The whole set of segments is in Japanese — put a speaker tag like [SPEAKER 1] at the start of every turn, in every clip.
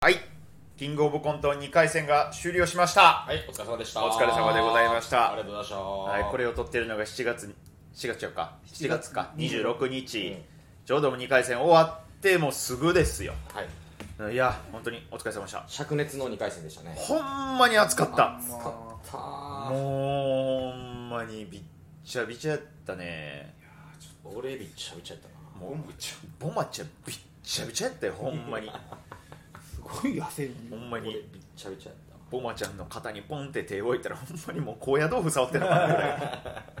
[SPEAKER 1] はい。キングオブコント2回戦が終了しました。
[SPEAKER 2] はい、お疲れ様でした。
[SPEAKER 1] お疲れ様でございました
[SPEAKER 2] ありがとうございました。
[SPEAKER 1] はい、こ
[SPEAKER 2] れ
[SPEAKER 1] れを撮ってるのが7月、4月よか。7月か、
[SPEAKER 2] 7
[SPEAKER 1] 26日、
[SPEAKER 2] うん
[SPEAKER 1] ちょうど2回戦終わってもうすぐですよ。
[SPEAKER 2] はい、
[SPEAKER 1] いや、本当にお疲れ様でした。
[SPEAKER 2] 灼熱の二回戦でしたね。
[SPEAKER 1] ほんまに暑かった。
[SPEAKER 2] 暑かった
[SPEAKER 1] もう、
[SPEAKER 2] ー。
[SPEAKER 1] ほんまにびっちゃびちゃやったね。
[SPEAKER 2] 俺びっちゃびちゃやったな。
[SPEAKER 1] もう、ボマちゃんびっちゃびちゃやったよ、ほんまに。
[SPEAKER 3] すごい汗に
[SPEAKER 1] ほんま
[SPEAKER 2] 俺びっ
[SPEAKER 1] に。
[SPEAKER 2] ちゃびちゃやったな。
[SPEAKER 1] ボマちゃんの肩にポンって手を置いたらほんまにもう高野豆腐触ってなかったぐら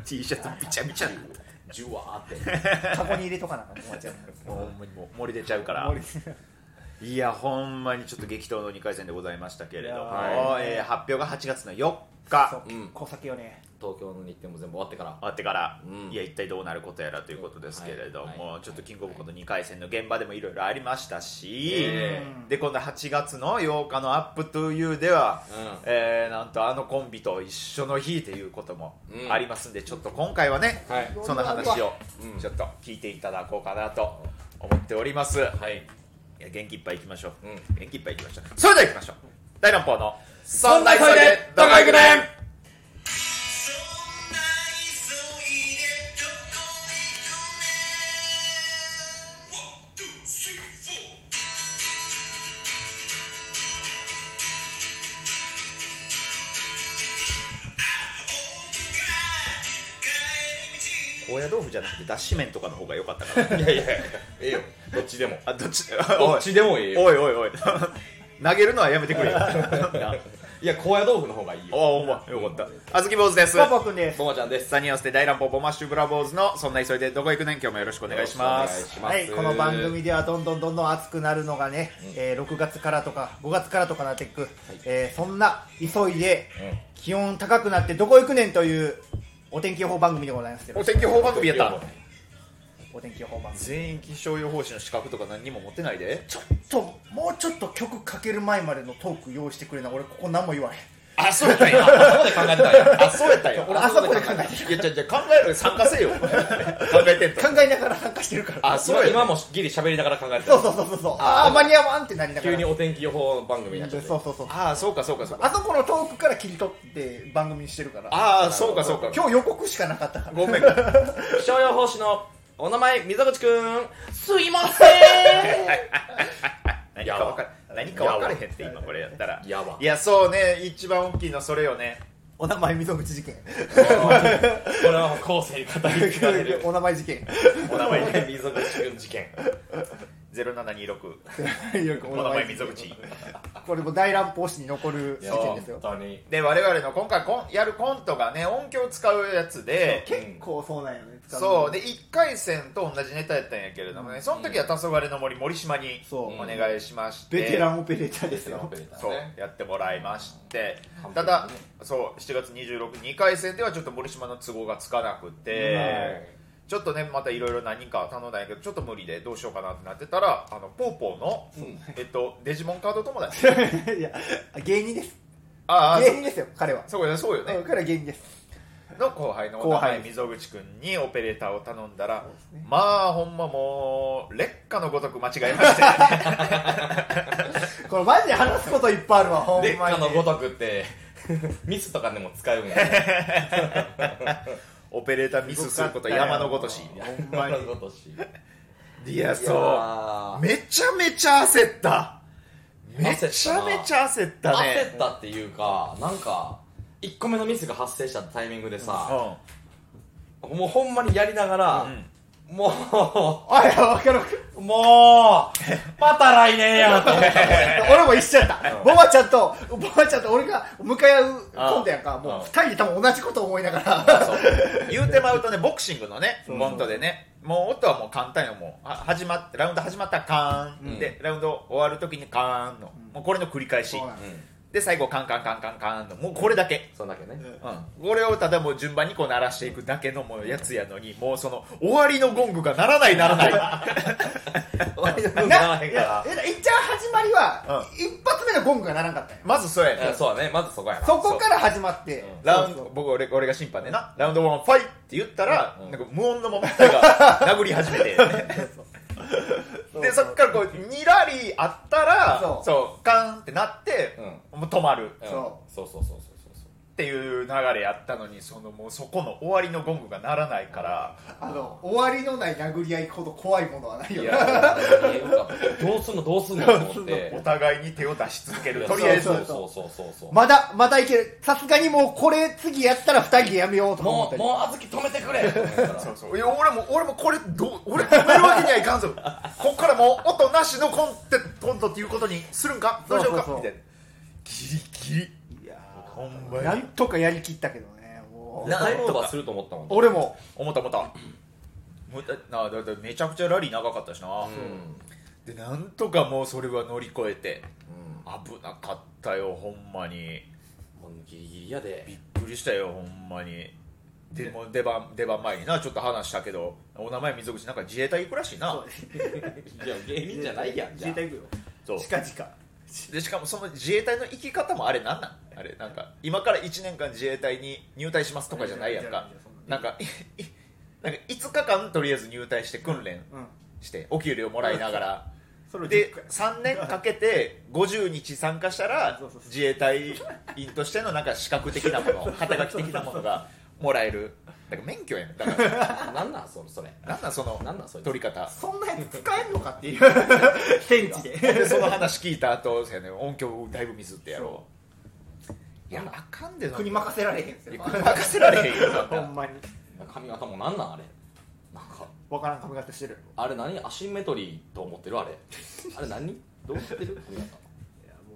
[SPEAKER 1] い T シャツびちゃびちゃになった
[SPEAKER 2] じゅわーって。
[SPEAKER 3] カゴに入れとかなあかんおば ちゃん
[SPEAKER 1] もうほんまにもう漏れ出ちゃうから
[SPEAKER 3] 森さん
[SPEAKER 1] いやほんまにちょっと激闘の2回戦でございましたけれども、
[SPEAKER 3] いや
[SPEAKER 2] ー
[SPEAKER 1] えー発表が8月の4日
[SPEAKER 3] そう
[SPEAKER 2] うん
[SPEAKER 3] 小酒をね
[SPEAKER 2] 東京の日程も全部終わってから。
[SPEAKER 1] あってから、
[SPEAKER 2] うん
[SPEAKER 1] いや一体どうなることやらということですけれども、
[SPEAKER 2] はいはい
[SPEAKER 1] ちょっとキングオブコント2回戦の現場でもいろいろありましたし、
[SPEAKER 2] え
[SPEAKER 3] え
[SPEAKER 1] で今度8月の8日の「アップトゥーユーでは、
[SPEAKER 2] うん
[SPEAKER 1] えーなんとあのコンビと一緒の日ということも
[SPEAKER 2] うん
[SPEAKER 1] ありますんで、ちょっと今回はね、
[SPEAKER 2] はい
[SPEAKER 1] その話を
[SPEAKER 2] うん
[SPEAKER 1] ちょっと聞いていただこうかなと思っております、
[SPEAKER 2] はい。
[SPEAKER 1] いや元気いっぱい行きましょう、
[SPEAKER 2] うん
[SPEAKER 1] 元気いっぱい行きましょうそれでは行きましょう大乱暴の「そ
[SPEAKER 2] そんな急いでどこ行くねん
[SPEAKER 1] 高野豆腐じゃなくてだし麺とかの方が良かったから
[SPEAKER 2] いやいやいや、ええよ。どっちでも。
[SPEAKER 1] あどっち
[SPEAKER 2] どっちでもいいよ。
[SPEAKER 1] おいおいおい 投げるのはやめてくれよ
[SPEAKER 2] いや、高野豆腐の方がいい
[SPEAKER 1] お
[SPEAKER 2] よ。
[SPEAKER 1] おおまよかったあずき坊主です
[SPEAKER 3] パパくんです
[SPEAKER 2] ともちゃんです。
[SPEAKER 1] サニーを捨て大乱暴ボマッシュブラボーズのそんな急いでどこ行くねん今日もよろしくお願いします
[SPEAKER 2] よろしくお
[SPEAKER 3] は
[SPEAKER 2] 願い
[SPEAKER 3] い
[SPEAKER 2] します
[SPEAKER 3] この番組ではどんどんどんどん暑くなるのがね、えー6月からとか5月からとかなっていく、えーそんな急いで
[SPEAKER 2] うん
[SPEAKER 3] 気温高くなってどこ行くねんというお天気予報番組でございますけど
[SPEAKER 1] お天気予報番組やった
[SPEAKER 3] お天気予報番組
[SPEAKER 1] 全員気象予報士の資格とか何にも持ってないで
[SPEAKER 3] ちょっともうちょっと曲かける前までのトーク用意してくれな俺ここ何も言わへん
[SPEAKER 1] あそうやったんや頭で考えてたんやあそうやったんや
[SPEAKER 3] 俺あそこで考えて
[SPEAKER 1] いやじゃじゃ考えろよ参加せよ考えてんと
[SPEAKER 3] 考えながら参加してるから
[SPEAKER 2] あ、そう今もギリ喋りながら考えて
[SPEAKER 3] そう
[SPEAKER 2] た。
[SPEAKER 3] そうそうそうそうああ間に合わんってなりなが
[SPEAKER 2] 急
[SPEAKER 3] ら
[SPEAKER 2] にお天気予報番組になっち
[SPEAKER 3] そ
[SPEAKER 2] ゃっ
[SPEAKER 3] う
[SPEAKER 2] て。
[SPEAKER 3] そうそう
[SPEAKER 1] ああそうかそうかそうか
[SPEAKER 3] あそこのトークから切り取って番組にしてるから
[SPEAKER 1] ああそうかそうか
[SPEAKER 3] 今日予告しかなかったから
[SPEAKER 1] ごめんごめん
[SPEAKER 2] 気象予報士のお名前、溝口くん。すいませ
[SPEAKER 1] 何
[SPEAKER 2] や
[SPEAKER 1] か分
[SPEAKER 2] わ
[SPEAKER 1] かれ何か分かれへんって今これやったら
[SPEAKER 2] やわ
[SPEAKER 1] いやそうね一番大きいのはそれよね
[SPEAKER 3] お名前溝口事 件
[SPEAKER 2] ん。これは後世に語り継がれる。
[SPEAKER 3] お名前事件
[SPEAKER 1] お名前ね
[SPEAKER 2] 溝口くん事件。
[SPEAKER 1] 0726
[SPEAKER 3] よく
[SPEAKER 1] お名前溝口
[SPEAKER 3] これも大乱暴史に残る事件ですよ
[SPEAKER 2] 当に。
[SPEAKER 1] で我々の今回コンやるコントがね音響使うやつで
[SPEAKER 3] 結構そうなんよね使
[SPEAKER 1] そう
[SPEAKER 3] ね
[SPEAKER 1] で1回戦と同じネタやったんやけれどもねその時は黄昏の森森島に
[SPEAKER 3] そう
[SPEAKER 1] お願いしまして
[SPEAKER 3] ベテランオペレーターですよ
[SPEAKER 1] そうやってもらいまして
[SPEAKER 2] うん
[SPEAKER 1] ただそう7月262回戦ではちょっと森島の都合がつかなくてちょっとねまたいろいろ何人か頼んだんやけどちょっと無理でどうしようかなってなってたらあのポーポーの
[SPEAKER 2] うん
[SPEAKER 1] えっとデジモンカード友 達
[SPEAKER 3] いや芸人です
[SPEAKER 1] ああ
[SPEAKER 3] 芸人ですよ彼は
[SPEAKER 1] そうそうやそうよね
[SPEAKER 3] うん彼は芸人です
[SPEAKER 1] の後輩のお
[SPEAKER 3] 後
[SPEAKER 1] 名
[SPEAKER 3] 輩
[SPEAKER 1] 前溝口君にオペレーターを頼んだら、まあほんまもう劣化のごとく間違えまして
[SPEAKER 3] これマジで話すこといっぱいあるわほんまに
[SPEAKER 2] 劣化のごとくって、ミスとかでも使うんやね。
[SPEAKER 1] オペレーターミスすること山のごとし
[SPEAKER 3] ほんまに
[SPEAKER 2] 山のごとし。
[SPEAKER 1] いや
[SPEAKER 2] いや
[SPEAKER 1] そうめちゃめちゃ焦っためちゃめちゃ焦った
[SPEAKER 2] 焦
[SPEAKER 1] ね
[SPEAKER 2] ったっていうか、なんか、1個目のミスが発生したタイミングでさ、もうほんまにやりながら、もう、
[SPEAKER 3] あいや分かる分か る
[SPEAKER 2] もう、また来年やと思った。
[SPEAKER 3] 俺も一緒やった、ボマちゃんとボマちゃんと俺が向かい合うコントやんか
[SPEAKER 2] うん
[SPEAKER 3] もう二人で多分同じこと思いなが
[SPEAKER 2] あ
[SPEAKER 3] ら
[SPEAKER 2] そう
[SPEAKER 1] うん言うてまうとねボクシングのね
[SPEAKER 3] そう
[SPEAKER 1] モントでねもう音はもう簡単よもうは始まってラウンド始まったらカーン、
[SPEAKER 2] うん
[SPEAKER 1] でラウンド終わるときにカーンの、もうこれの繰り返し、
[SPEAKER 3] そうなん
[SPEAKER 2] うん
[SPEAKER 1] で最後カンカンカンカンカンのもうこれだけ、
[SPEAKER 2] そんだけね。
[SPEAKER 1] うん、これをただもう順番にこう鳴らしていくだけのもうやつやのにもうその終わりのゴングが鳴らない鳴らない
[SPEAKER 2] 割と
[SPEAKER 3] ない
[SPEAKER 2] ならへん
[SPEAKER 3] い
[SPEAKER 2] か
[SPEAKER 3] や
[SPEAKER 2] ら。
[SPEAKER 3] いっちゃん始まりは一発目のゴングが鳴らんかったんよ
[SPEAKER 1] まずそうや
[SPEAKER 2] いや
[SPEAKER 1] ね
[SPEAKER 2] そうだね、まずそこやな。
[SPEAKER 3] そこから始まって
[SPEAKER 2] うん
[SPEAKER 1] ラウン
[SPEAKER 3] そうそ
[SPEAKER 1] ド
[SPEAKER 3] う
[SPEAKER 1] 僕俺俺が審判でなラウンドワンファイって言ったら、
[SPEAKER 2] うん
[SPEAKER 1] なんか無音のまま二人が殴り始めて
[SPEAKER 3] そうそうそう
[SPEAKER 1] でそっからこう2ラリーあったら
[SPEAKER 3] そう
[SPEAKER 1] そうカンってなって、もう止まるっ
[SPEAKER 2] うん
[SPEAKER 3] そ
[SPEAKER 2] そうそうそうそうそうそう
[SPEAKER 1] ていう流れやったのにそのもうそこの終わりのゴングが鳴らないから
[SPEAKER 3] あの終わりのない殴り合いほど怖いものはないよ
[SPEAKER 2] い
[SPEAKER 3] ね
[SPEAKER 2] や、どうすんのどうすんのと思って
[SPEAKER 1] お。互いに手を出し続け
[SPEAKER 2] い
[SPEAKER 1] る
[SPEAKER 2] や
[SPEAKER 1] とりあえず
[SPEAKER 2] そうそうそうそうそう。
[SPEAKER 3] まだまだいけるさすがにもうこれ次やったら2人でやめようとか思っ
[SPEAKER 2] も
[SPEAKER 3] た
[SPEAKER 2] う、
[SPEAKER 3] り
[SPEAKER 2] もう、あずき止めてくれと思ったら
[SPEAKER 1] そうそういや俺も俺もこれどう俺止めるわけにはいか んぞこっからもう音なしのコンテコントっていうことにするんかどうしようか
[SPEAKER 3] そうそ
[SPEAKER 1] み
[SPEAKER 3] うそう
[SPEAKER 1] たいなギリギリ
[SPEAKER 3] いや
[SPEAKER 1] ほん
[SPEAKER 3] ー
[SPEAKER 1] ま
[SPEAKER 3] な
[SPEAKER 1] に
[SPEAKER 3] んとかやりきったけどねもう
[SPEAKER 2] なタイムオーバーすると思ったもん。
[SPEAKER 3] 俺も
[SPEAKER 1] 思った思ったもうだなだだめちゃくちゃラリー長かったしな、
[SPEAKER 2] うん。
[SPEAKER 1] でなんとかもうそれは乗り越えて
[SPEAKER 2] うん
[SPEAKER 1] 危なかったよほんまに
[SPEAKER 2] もうギリギリやで
[SPEAKER 1] び。っくりしたよほんまにでもう出番出番前になちょっと話したけどお名前溝口なんか自衛隊行くらしいな
[SPEAKER 2] じゃ芸人じゃないやん。じゃ
[SPEAKER 3] 自衛
[SPEAKER 2] あ
[SPEAKER 3] 隊行くよ
[SPEAKER 1] そう
[SPEAKER 3] 近々
[SPEAKER 1] でしかもその自衛隊の生き方もあれなんなんあれなんか今から1年間自衛隊に入隊しますとかじゃないやんかなんかいいなんか5日間とりあえず入隊して訓練
[SPEAKER 3] うん
[SPEAKER 1] してお給料もらいながら
[SPEAKER 3] それを
[SPEAKER 1] で
[SPEAKER 3] 10回
[SPEAKER 1] 3年かけて50日参加したら
[SPEAKER 3] そうそうそう
[SPEAKER 1] 自衛隊員としてのなんか資格的 なもの肩書き的なものがもらえるだから免許やねんだから
[SPEAKER 2] なんなんそれ、それ。
[SPEAKER 1] なんなんその
[SPEAKER 2] なんなんそれ
[SPEAKER 1] 取り方
[SPEAKER 3] そんなやつ使えるのかっていう 戦地で
[SPEAKER 1] でその話聞いた後そうやね音響だいぶミスってやろういやあかんで
[SPEAKER 3] 国任せられへんす
[SPEAKER 1] いや
[SPEAKER 3] よ
[SPEAKER 1] これ任せられへんよそん
[SPEAKER 3] ほ
[SPEAKER 1] なん
[SPEAKER 3] まに
[SPEAKER 2] 髪型もなんなんあれ。なんか、
[SPEAKER 3] わからん髪型してる
[SPEAKER 2] あれ何アシンメトリーと思ってるあれ。あれ何どう思ってる髪型。
[SPEAKER 3] いや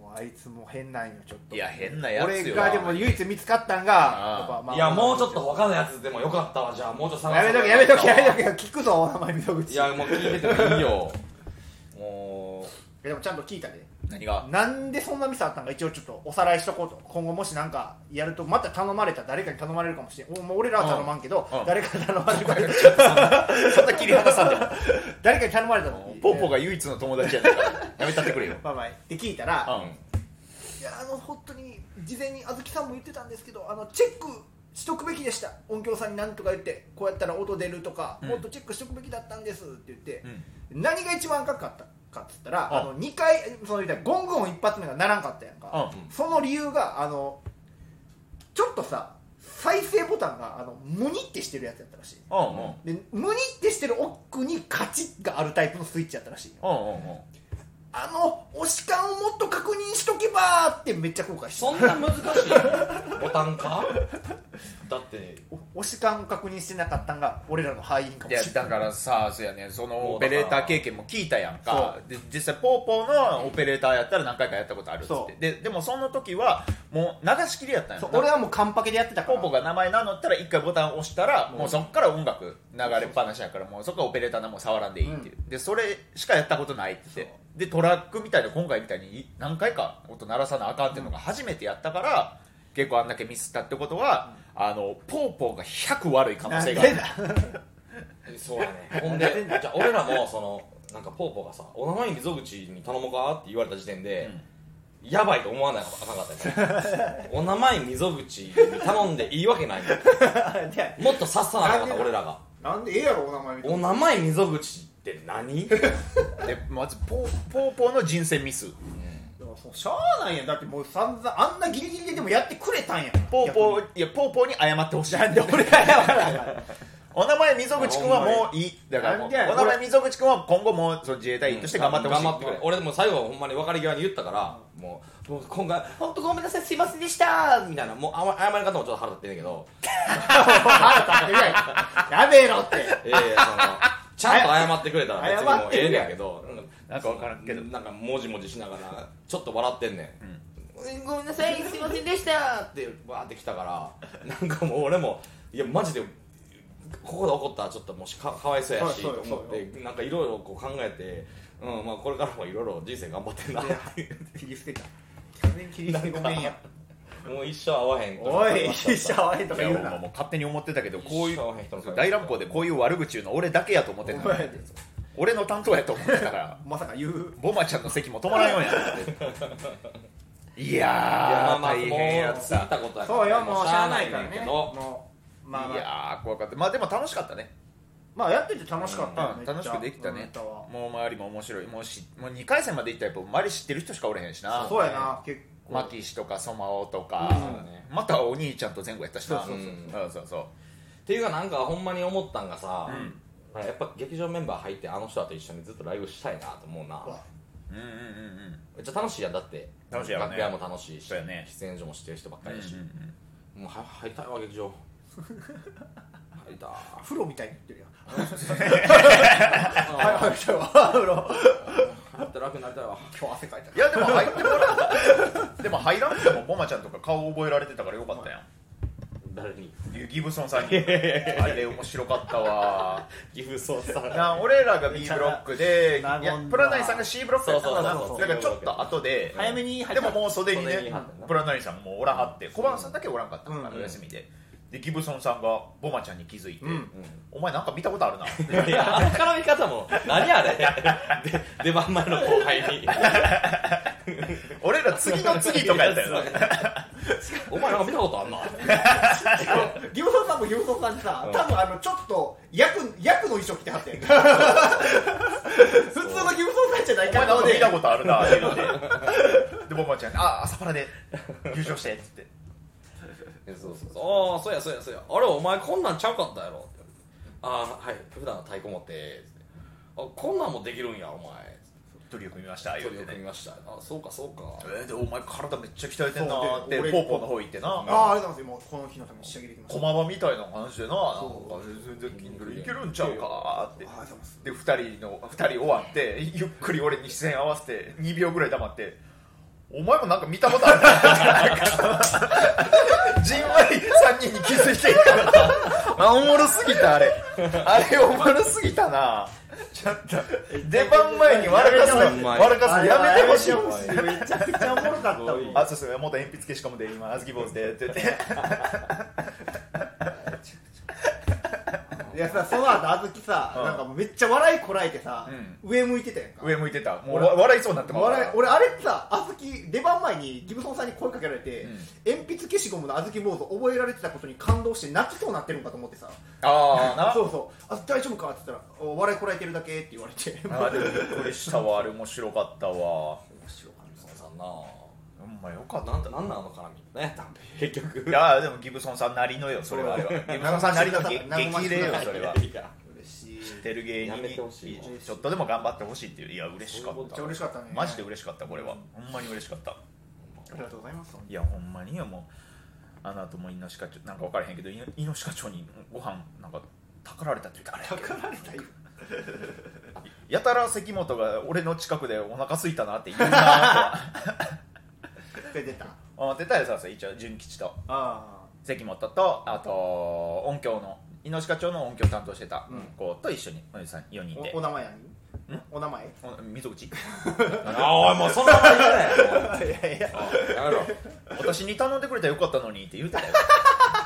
[SPEAKER 3] もうあいつも変なんよちょっと
[SPEAKER 1] いや変なやつよ
[SPEAKER 3] 俺がでも唯一見つかったんが
[SPEAKER 1] ああ
[SPEAKER 3] やっぱまあ
[SPEAKER 2] いや、もうちょっと他のやつでもよかったわ。じゃあ、もうちょっと探
[SPEAKER 3] やめとけやめとけやめとけ聞くぞお名前溝口
[SPEAKER 2] いや、もう聞いててもいいよ。も
[SPEAKER 3] いやでもちゃんと聞いたで
[SPEAKER 1] 何が
[SPEAKER 3] なんでそんなミスあったんか一応ちょっとおさらいしとこうと今後もしなんかやるとまた頼まれたら誰かに頼まれるかもしれんおもう俺らは頼まんけど、
[SPEAKER 1] うんうん
[SPEAKER 3] 誰かに頼まれるから
[SPEAKER 1] そんな切り離さんでも
[SPEAKER 3] 誰かに頼まれたの
[SPEAKER 1] ポッポが唯一の友達やったからやめたってくれよ
[SPEAKER 3] まあまあって聞いたら、
[SPEAKER 1] うん
[SPEAKER 3] いやあの本当に事前にあずきさんも言ってたんですけどあのチェックしとくべきでした音響さんに何とか言ってこうやったら音出るとか、
[SPEAKER 1] うん
[SPEAKER 3] もっとチェックしとくべきだったんですって言って、何が一番赤かったかっつったら、
[SPEAKER 1] あ
[SPEAKER 3] あの2回その言ったらゴング音一発目がならんかったやんか、
[SPEAKER 1] うん
[SPEAKER 3] その理由があのちょっとさ再生ボタンがあのムニってしてるやつやったらしい
[SPEAKER 1] うんうん
[SPEAKER 3] でムニってしてる奥にカチッがあるタイプのスイッチやったらしいよ
[SPEAKER 1] うんうんうん
[SPEAKER 3] あの押し感をもっと確認しとけばーってめっちゃ後悔
[SPEAKER 2] う、
[SPEAKER 3] した
[SPEAKER 2] そんな難しいボタンかだって、
[SPEAKER 3] お押し感を確認してなかったんが俺らの敗因か
[SPEAKER 1] い
[SPEAKER 3] も
[SPEAKER 1] や
[SPEAKER 3] しれ
[SPEAKER 1] だ
[SPEAKER 3] ない
[SPEAKER 1] からさそうやねその
[SPEAKER 2] も
[SPEAKER 1] オ
[SPEAKER 2] うだ
[SPEAKER 1] ペ
[SPEAKER 2] から
[SPEAKER 1] レーター経験も聞いたやんかで実際ポーポーのオペレーターやったら何回かやったことあるっつっ
[SPEAKER 3] そ
[SPEAKER 1] てででもその時はもう流し切りやったん
[SPEAKER 3] そう
[SPEAKER 1] や
[SPEAKER 3] 俺はもうカンパケでやってたか
[SPEAKER 1] ポ
[SPEAKER 3] ら
[SPEAKER 1] ーポーが名前名乗ったら一回ボタン押したらもうそっから音楽流れっぱなしやからもうそっからオペレーターのもう触らんでいいっていうでそれしかやったことないって言ってでトラックみたいな今回みたいに何回か音鳴らさなあかんっていうのが初めてやったから結構あんだけミスったってことはあのポーポーが100悪い可能性がある
[SPEAKER 2] そうやね。ほんで、じゃあ俺らも、その、なんかポーポーがさ、お名前に溝口に頼もうかって言われた時点で、やばいと思わないあかんかったよ ね。お名前溝口に頼んでいいわけないよ
[SPEAKER 3] いや
[SPEAKER 2] もっとさっさなあかんかった俺らが。
[SPEAKER 3] なんでええやろお名前みたいな
[SPEAKER 2] お名前溝口って何
[SPEAKER 1] でまずポーポーポーの人生ミス
[SPEAKER 3] だからそうしゃあないやんだってもう散々あんなギリギリででもやってくれたんやから
[SPEAKER 1] ポーポーいやポーポーに謝ってほしいなんで俺が謝らなお名前溝口くんはもういいだからもうお
[SPEAKER 3] なんでやねん
[SPEAKER 1] 名前溝口くんは今後もその自衛隊員として頑張ってほしい、
[SPEAKER 2] 頑張ってくれ俺でも最後ほんまに別れ際に言ったから、もうもう今回本当ごめんなさいすいませんでしたみたいなもうあま謝り方もちょっと腹立ってんねんけど
[SPEAKER 3] 腹立ってないやめろって
[SPEAKER 2] いやいやそのちゃんと謝ってくれたら別にもうええねんけど
[SPEAKER 1] なんか分からんけど
[SPEAKER 2] うんなんかもじもじしながらちょっと笑ってんねん、ごめんなさいすいませんでしたってわーって来たからなんかもう俺もいやマジでここで怒ったらちょっともうしかかわいそうやし
[SPEAKER 3] そ
[SPEAKER 2] と
[SPEAKER 3] うそうそう
[SPEAKER 2] 思ってなんかいろいろこう考えて、うんまあ、これからもいろいろ人生頑張ってんなっていう
[SPEAKER 3] 切り捨てた完全に切り捨てごめんや
[SPEAKER 2] もう一生会わへんと
[SPEAKER 3] おいシャワーと
[SPEAKER 1] い
[SPEAKER 3] か
[SPEAKER 1] や
[SPEAKER 3] 言う
[SPEAKER 1] もう
[SPEAKER 3] な
[SPEAKER 1] もう勝手に思ってたけどこういう
[SPEAKER 2] 一生会わへん人の
[SPEAKER 1] 大乱暴でこういう悪口言うの俺だけやと思ってた
[SPEAKER 3] お前やで
[SPEAKER 1] 俺の担当やと思ってたから
[SPEAKER 3] まさか言う
[SPEAKER 1] ボマちゃんの席も止まらんようになっていやー
[SPEAKER 2] いやまあまあ
[SPEAKER 1] 大変やっ
[SPEAKER 2] もう過
[SPEAKER 1] た
[SPEAKER 2] ぎたことやから
[SPEAKER 3] そうよもうしゃあないから
[SPEAKER 2] しゃあ
[SPEAKER 3] ね
[SPEAKER 2] けど
[SPEAKER 3] もうまあま
[SPEAKER 1] いやー怖かったまあでも楽しかったね
[SPEAKER 3] まあやってて楽しかったよ、
[SPEAKER 1] うん
[SPEAKER 3] めっちゃ
[SPEAKER 1] 楽しくできたね
[SPEAKER 3] そのネタは
[SPEAKER 1] もう周りも面白いもうしもう2回戦まで行ったらやっぱ周り知ってる人しかおれへんしな
[SPEAKER 3] そうやな結構
[SPEAKER 1] マキシとかソマオとか、
[SPEAKER 2] そうだね
[SPEAKER 1] またお兄ちゃんと前後やったしな
[SPEAKER 2] そうそう
[SPEAKER 1] うんそうそう
[SPEAKER 2] っていうかなんかほんまに思ったんがさ、
[SPEAKER 1] ん
[SPEAKER 2] なんかやっぱ劇場メンバー入ってあの人らと一緒にずっとライブしたいなと思うな
[SPEAKER 3] うわ
[SPEAKER 1] うんうんうんうん
[SPEAKER 2] めっちゃ楽しいやんだって
[SPEAKER 1] 楽しいやろね
[SPEAKER 2] 楽屋も楽しいし、
[SPEAKER 1] そうやね
[SPEAKER 2] 喫煙所も知ってる人ばっかりだし、
[SPEAKER 1] うんうん
[SPEAKER 2] もうは入りたい わ劇場入りたい
[SPEAKER 3] 風呂みたいに言ってる やん
[SPEAKER 2] あ
[SPEAKER 3] はいはいじゃあ風呂
[SPEAKER 2] ー入ったら楽になりたいわ
[SPEAKER 3] 今日汗かいた
[SPEAKER 1] いやでも入ってもら うでも入らんくてもボマちゃんとか顔覚えられてたからよかったやん
[SPEAKER 2] 誰に
[SPEAKER 1] リュウギブソンさん にあれ面白かったわ
[SPEAKER 2] ギブソンさん
[SPEAKER 1] な俺らが B ブロック でい
[SPEAKER 3] なるほど
[SPEAKER 1] やプラナイさんが C ブロックやったから
[SPEAKER 2] そうそうそう
[SPEAKER 1] だからちょっと後で
[SPEAKER 2] 早め
[SPEAKER 3] に 入
[SPEAKER 1] で
[SPEAKER 3] った
[SPEAKER 1] ももう袖に
[SPEAKER 2] 袖に
[SPEAKER 1] ね
[SPEAKER 2] 入った
[SPEAKER 1] プラナイさんもおらはって小判さんだけおらんかったから
[SPEAKER 3] うん
[SPEAKER 1] お休みででギブソンさんがボマちゃんに気づいて
[SPEAKER 3] うん
[SPEAKER 2] う
[SPEAKER 1] お前なんか見たことあるな って
[SPEAKER 2] んいやあの絡み方も何あれで出番前の後輩に
[SPEAKER 1] 俺ら次の次とかやった よな
[SPEAKER 2] お前なんか見たことあんな
[SPEAKER 3] ギブソンさんもギブソンさんでさ、
[SPEAKER 2] うん
[SPEAKER 3] 多分あのちょっと役役の衣装着てはって 普通のギブソンさんじゃない
[SPEAKER 1] お前なん
[SPEAKER 3] 顔
[SPEAKER 1] か見
[SPEAKER 3] で
[SPEAKER 1] たことあるなって言ってでボマちゃんに「あ朝パラで優勝して」っつって
[SPEAKER 2] そうそうそうああそうやそうやそうやあれお前こんなんちゃうかったやろって言われてああはい普段は太鼓持ってあこんなんもできるんやお前
[SPEAKER 1] トリを組みました言
[SPEAKER 2] 取
[SPEAKER 1] っ
[SPEAKER 2] り
[SPEAKER 1] て
[SPEAKER 2] 組み
[SPEAKER 1] ね
[SPEAKER 2] ましたあそうかそうか
[SPEAKER 1] えーでお前体めっちゃ鍛えてんなーっ
[SPEAKER 3] そう
[SPEAKER 1] て
[SPEAKER 3] で
[SPEAKER 1] ポーポーの方行って
[SPEAKER 3] あ
[SPEAKER 1] な
[SPEAKER 3] あありがとうございますもうこの日のために仕上げてきました
[SPEAKER 1] 駒場みたいな感じでななん
[SPEAKER 3] そ
[SPEAKER 1] か全然筋トレいけるんちゃうかーって
[SPEAKER 3] ありがとうございます
[SPEAKER 1] で2人の二人終わってゆっくり俺に視線合わせて2秒ぐらい黙ってお前もなんか見たことあるなじんわり3人に気づいていくからなあおもろすぎたあれあれおもろすぎたなちょっと出番前に笑かすの笑かすのやめてほしい
[SPEAKER 3] めちゃくちゃおもろかったもん
[SPEAKER 1] あそうそう元鉛筆消しかもで今あずき坊主でって言って
[SPEAKER 3] いやさその後あずきさ、
[SPEAKER 1] うん
[SPEAKER 3] なんかもうめっちゃ笑いこらえてさ、上向いてたやんか
[SPEAKER 1] 上向いてたもうわ笑いそうになってもう
[SPEAKER 3] 笑い俺あれってさあずき出番前にギブソンさんに声かけられて、
[SPEAKER 1] うん
[SPEAKER 3] 鉛筆消しゴムのあずき坊主覚えられてたことに感動して泣きそうになってるんかと思ってさ
[SPEAKER 1] ああな
[SPEAKER 3] そうそうあ大丈夫かって言ったらお笑いこらえてるだけって言われて
[SPEAKER 1] あでもびっくりしたわあれ面白かったわ
[SPEAKER 2] ギブソンさんな
[SPEAKER 1] ほんまよかった
[SPEAKER 2] なんなんなんあの絡み何やったん結局
[SPEAKER 1] いやーでもギブソンさんなりのよそれはあれはギブソンさんなりの げ激励よそれは
[SPEAKER 2] やいいから
[SPEAKER 3] 嬉しい
[SPEAKER 1] 知ってる芸人
[SPEAKER 2] やめ
[SPEAKER 1] に
[SPEAKER 2] てほしいわ
[SPEAKER 1] ちょっとでも頑張ってほしいっていういや嬉しかっ
[SPEAKER 2] そういう
[SPEAKER 1] た
[SPEAKER 2] こ
[SPEAKER 3] めっちゃ嬉しかったね
[SPEAKER 1] マジで嬉しかったこれはほんまに嬉しかった
[SPEAKER 3] ありがとうございます
[SPEAKER 1] いやほんまによもうあの後もイノシカチョなんか分からへんけどイノシカチョにご飯なんかたかられたって言ったあれやけど
[SPEAKER 3] られたよ
[SPEAKER 1] やたら関本が俺の近くでお腹すいたなって言うなーって
[SPEAKER 3] 出てた
[SPEAKER 1] 思ってたよささ一応純吉と
[SPEAKER 3] あ
[SPEAKER 1] 関本とあと音響の猪鹿町の音響担当してた
[SPEAKER 3] うん
[SPEAKER 1] 子と一緒に4人で
[SPEAKER 3] おお名前何お名前
[SPEAKER 1] お溝口
[SPEAKER 2] あおいもうそんなこと言う
[SPEAKER 3] いやいや
[SPEAKER 2] なよやめろ
[SPEAKER 1] 私に頼んでくれたらよかったのにって言う てたよ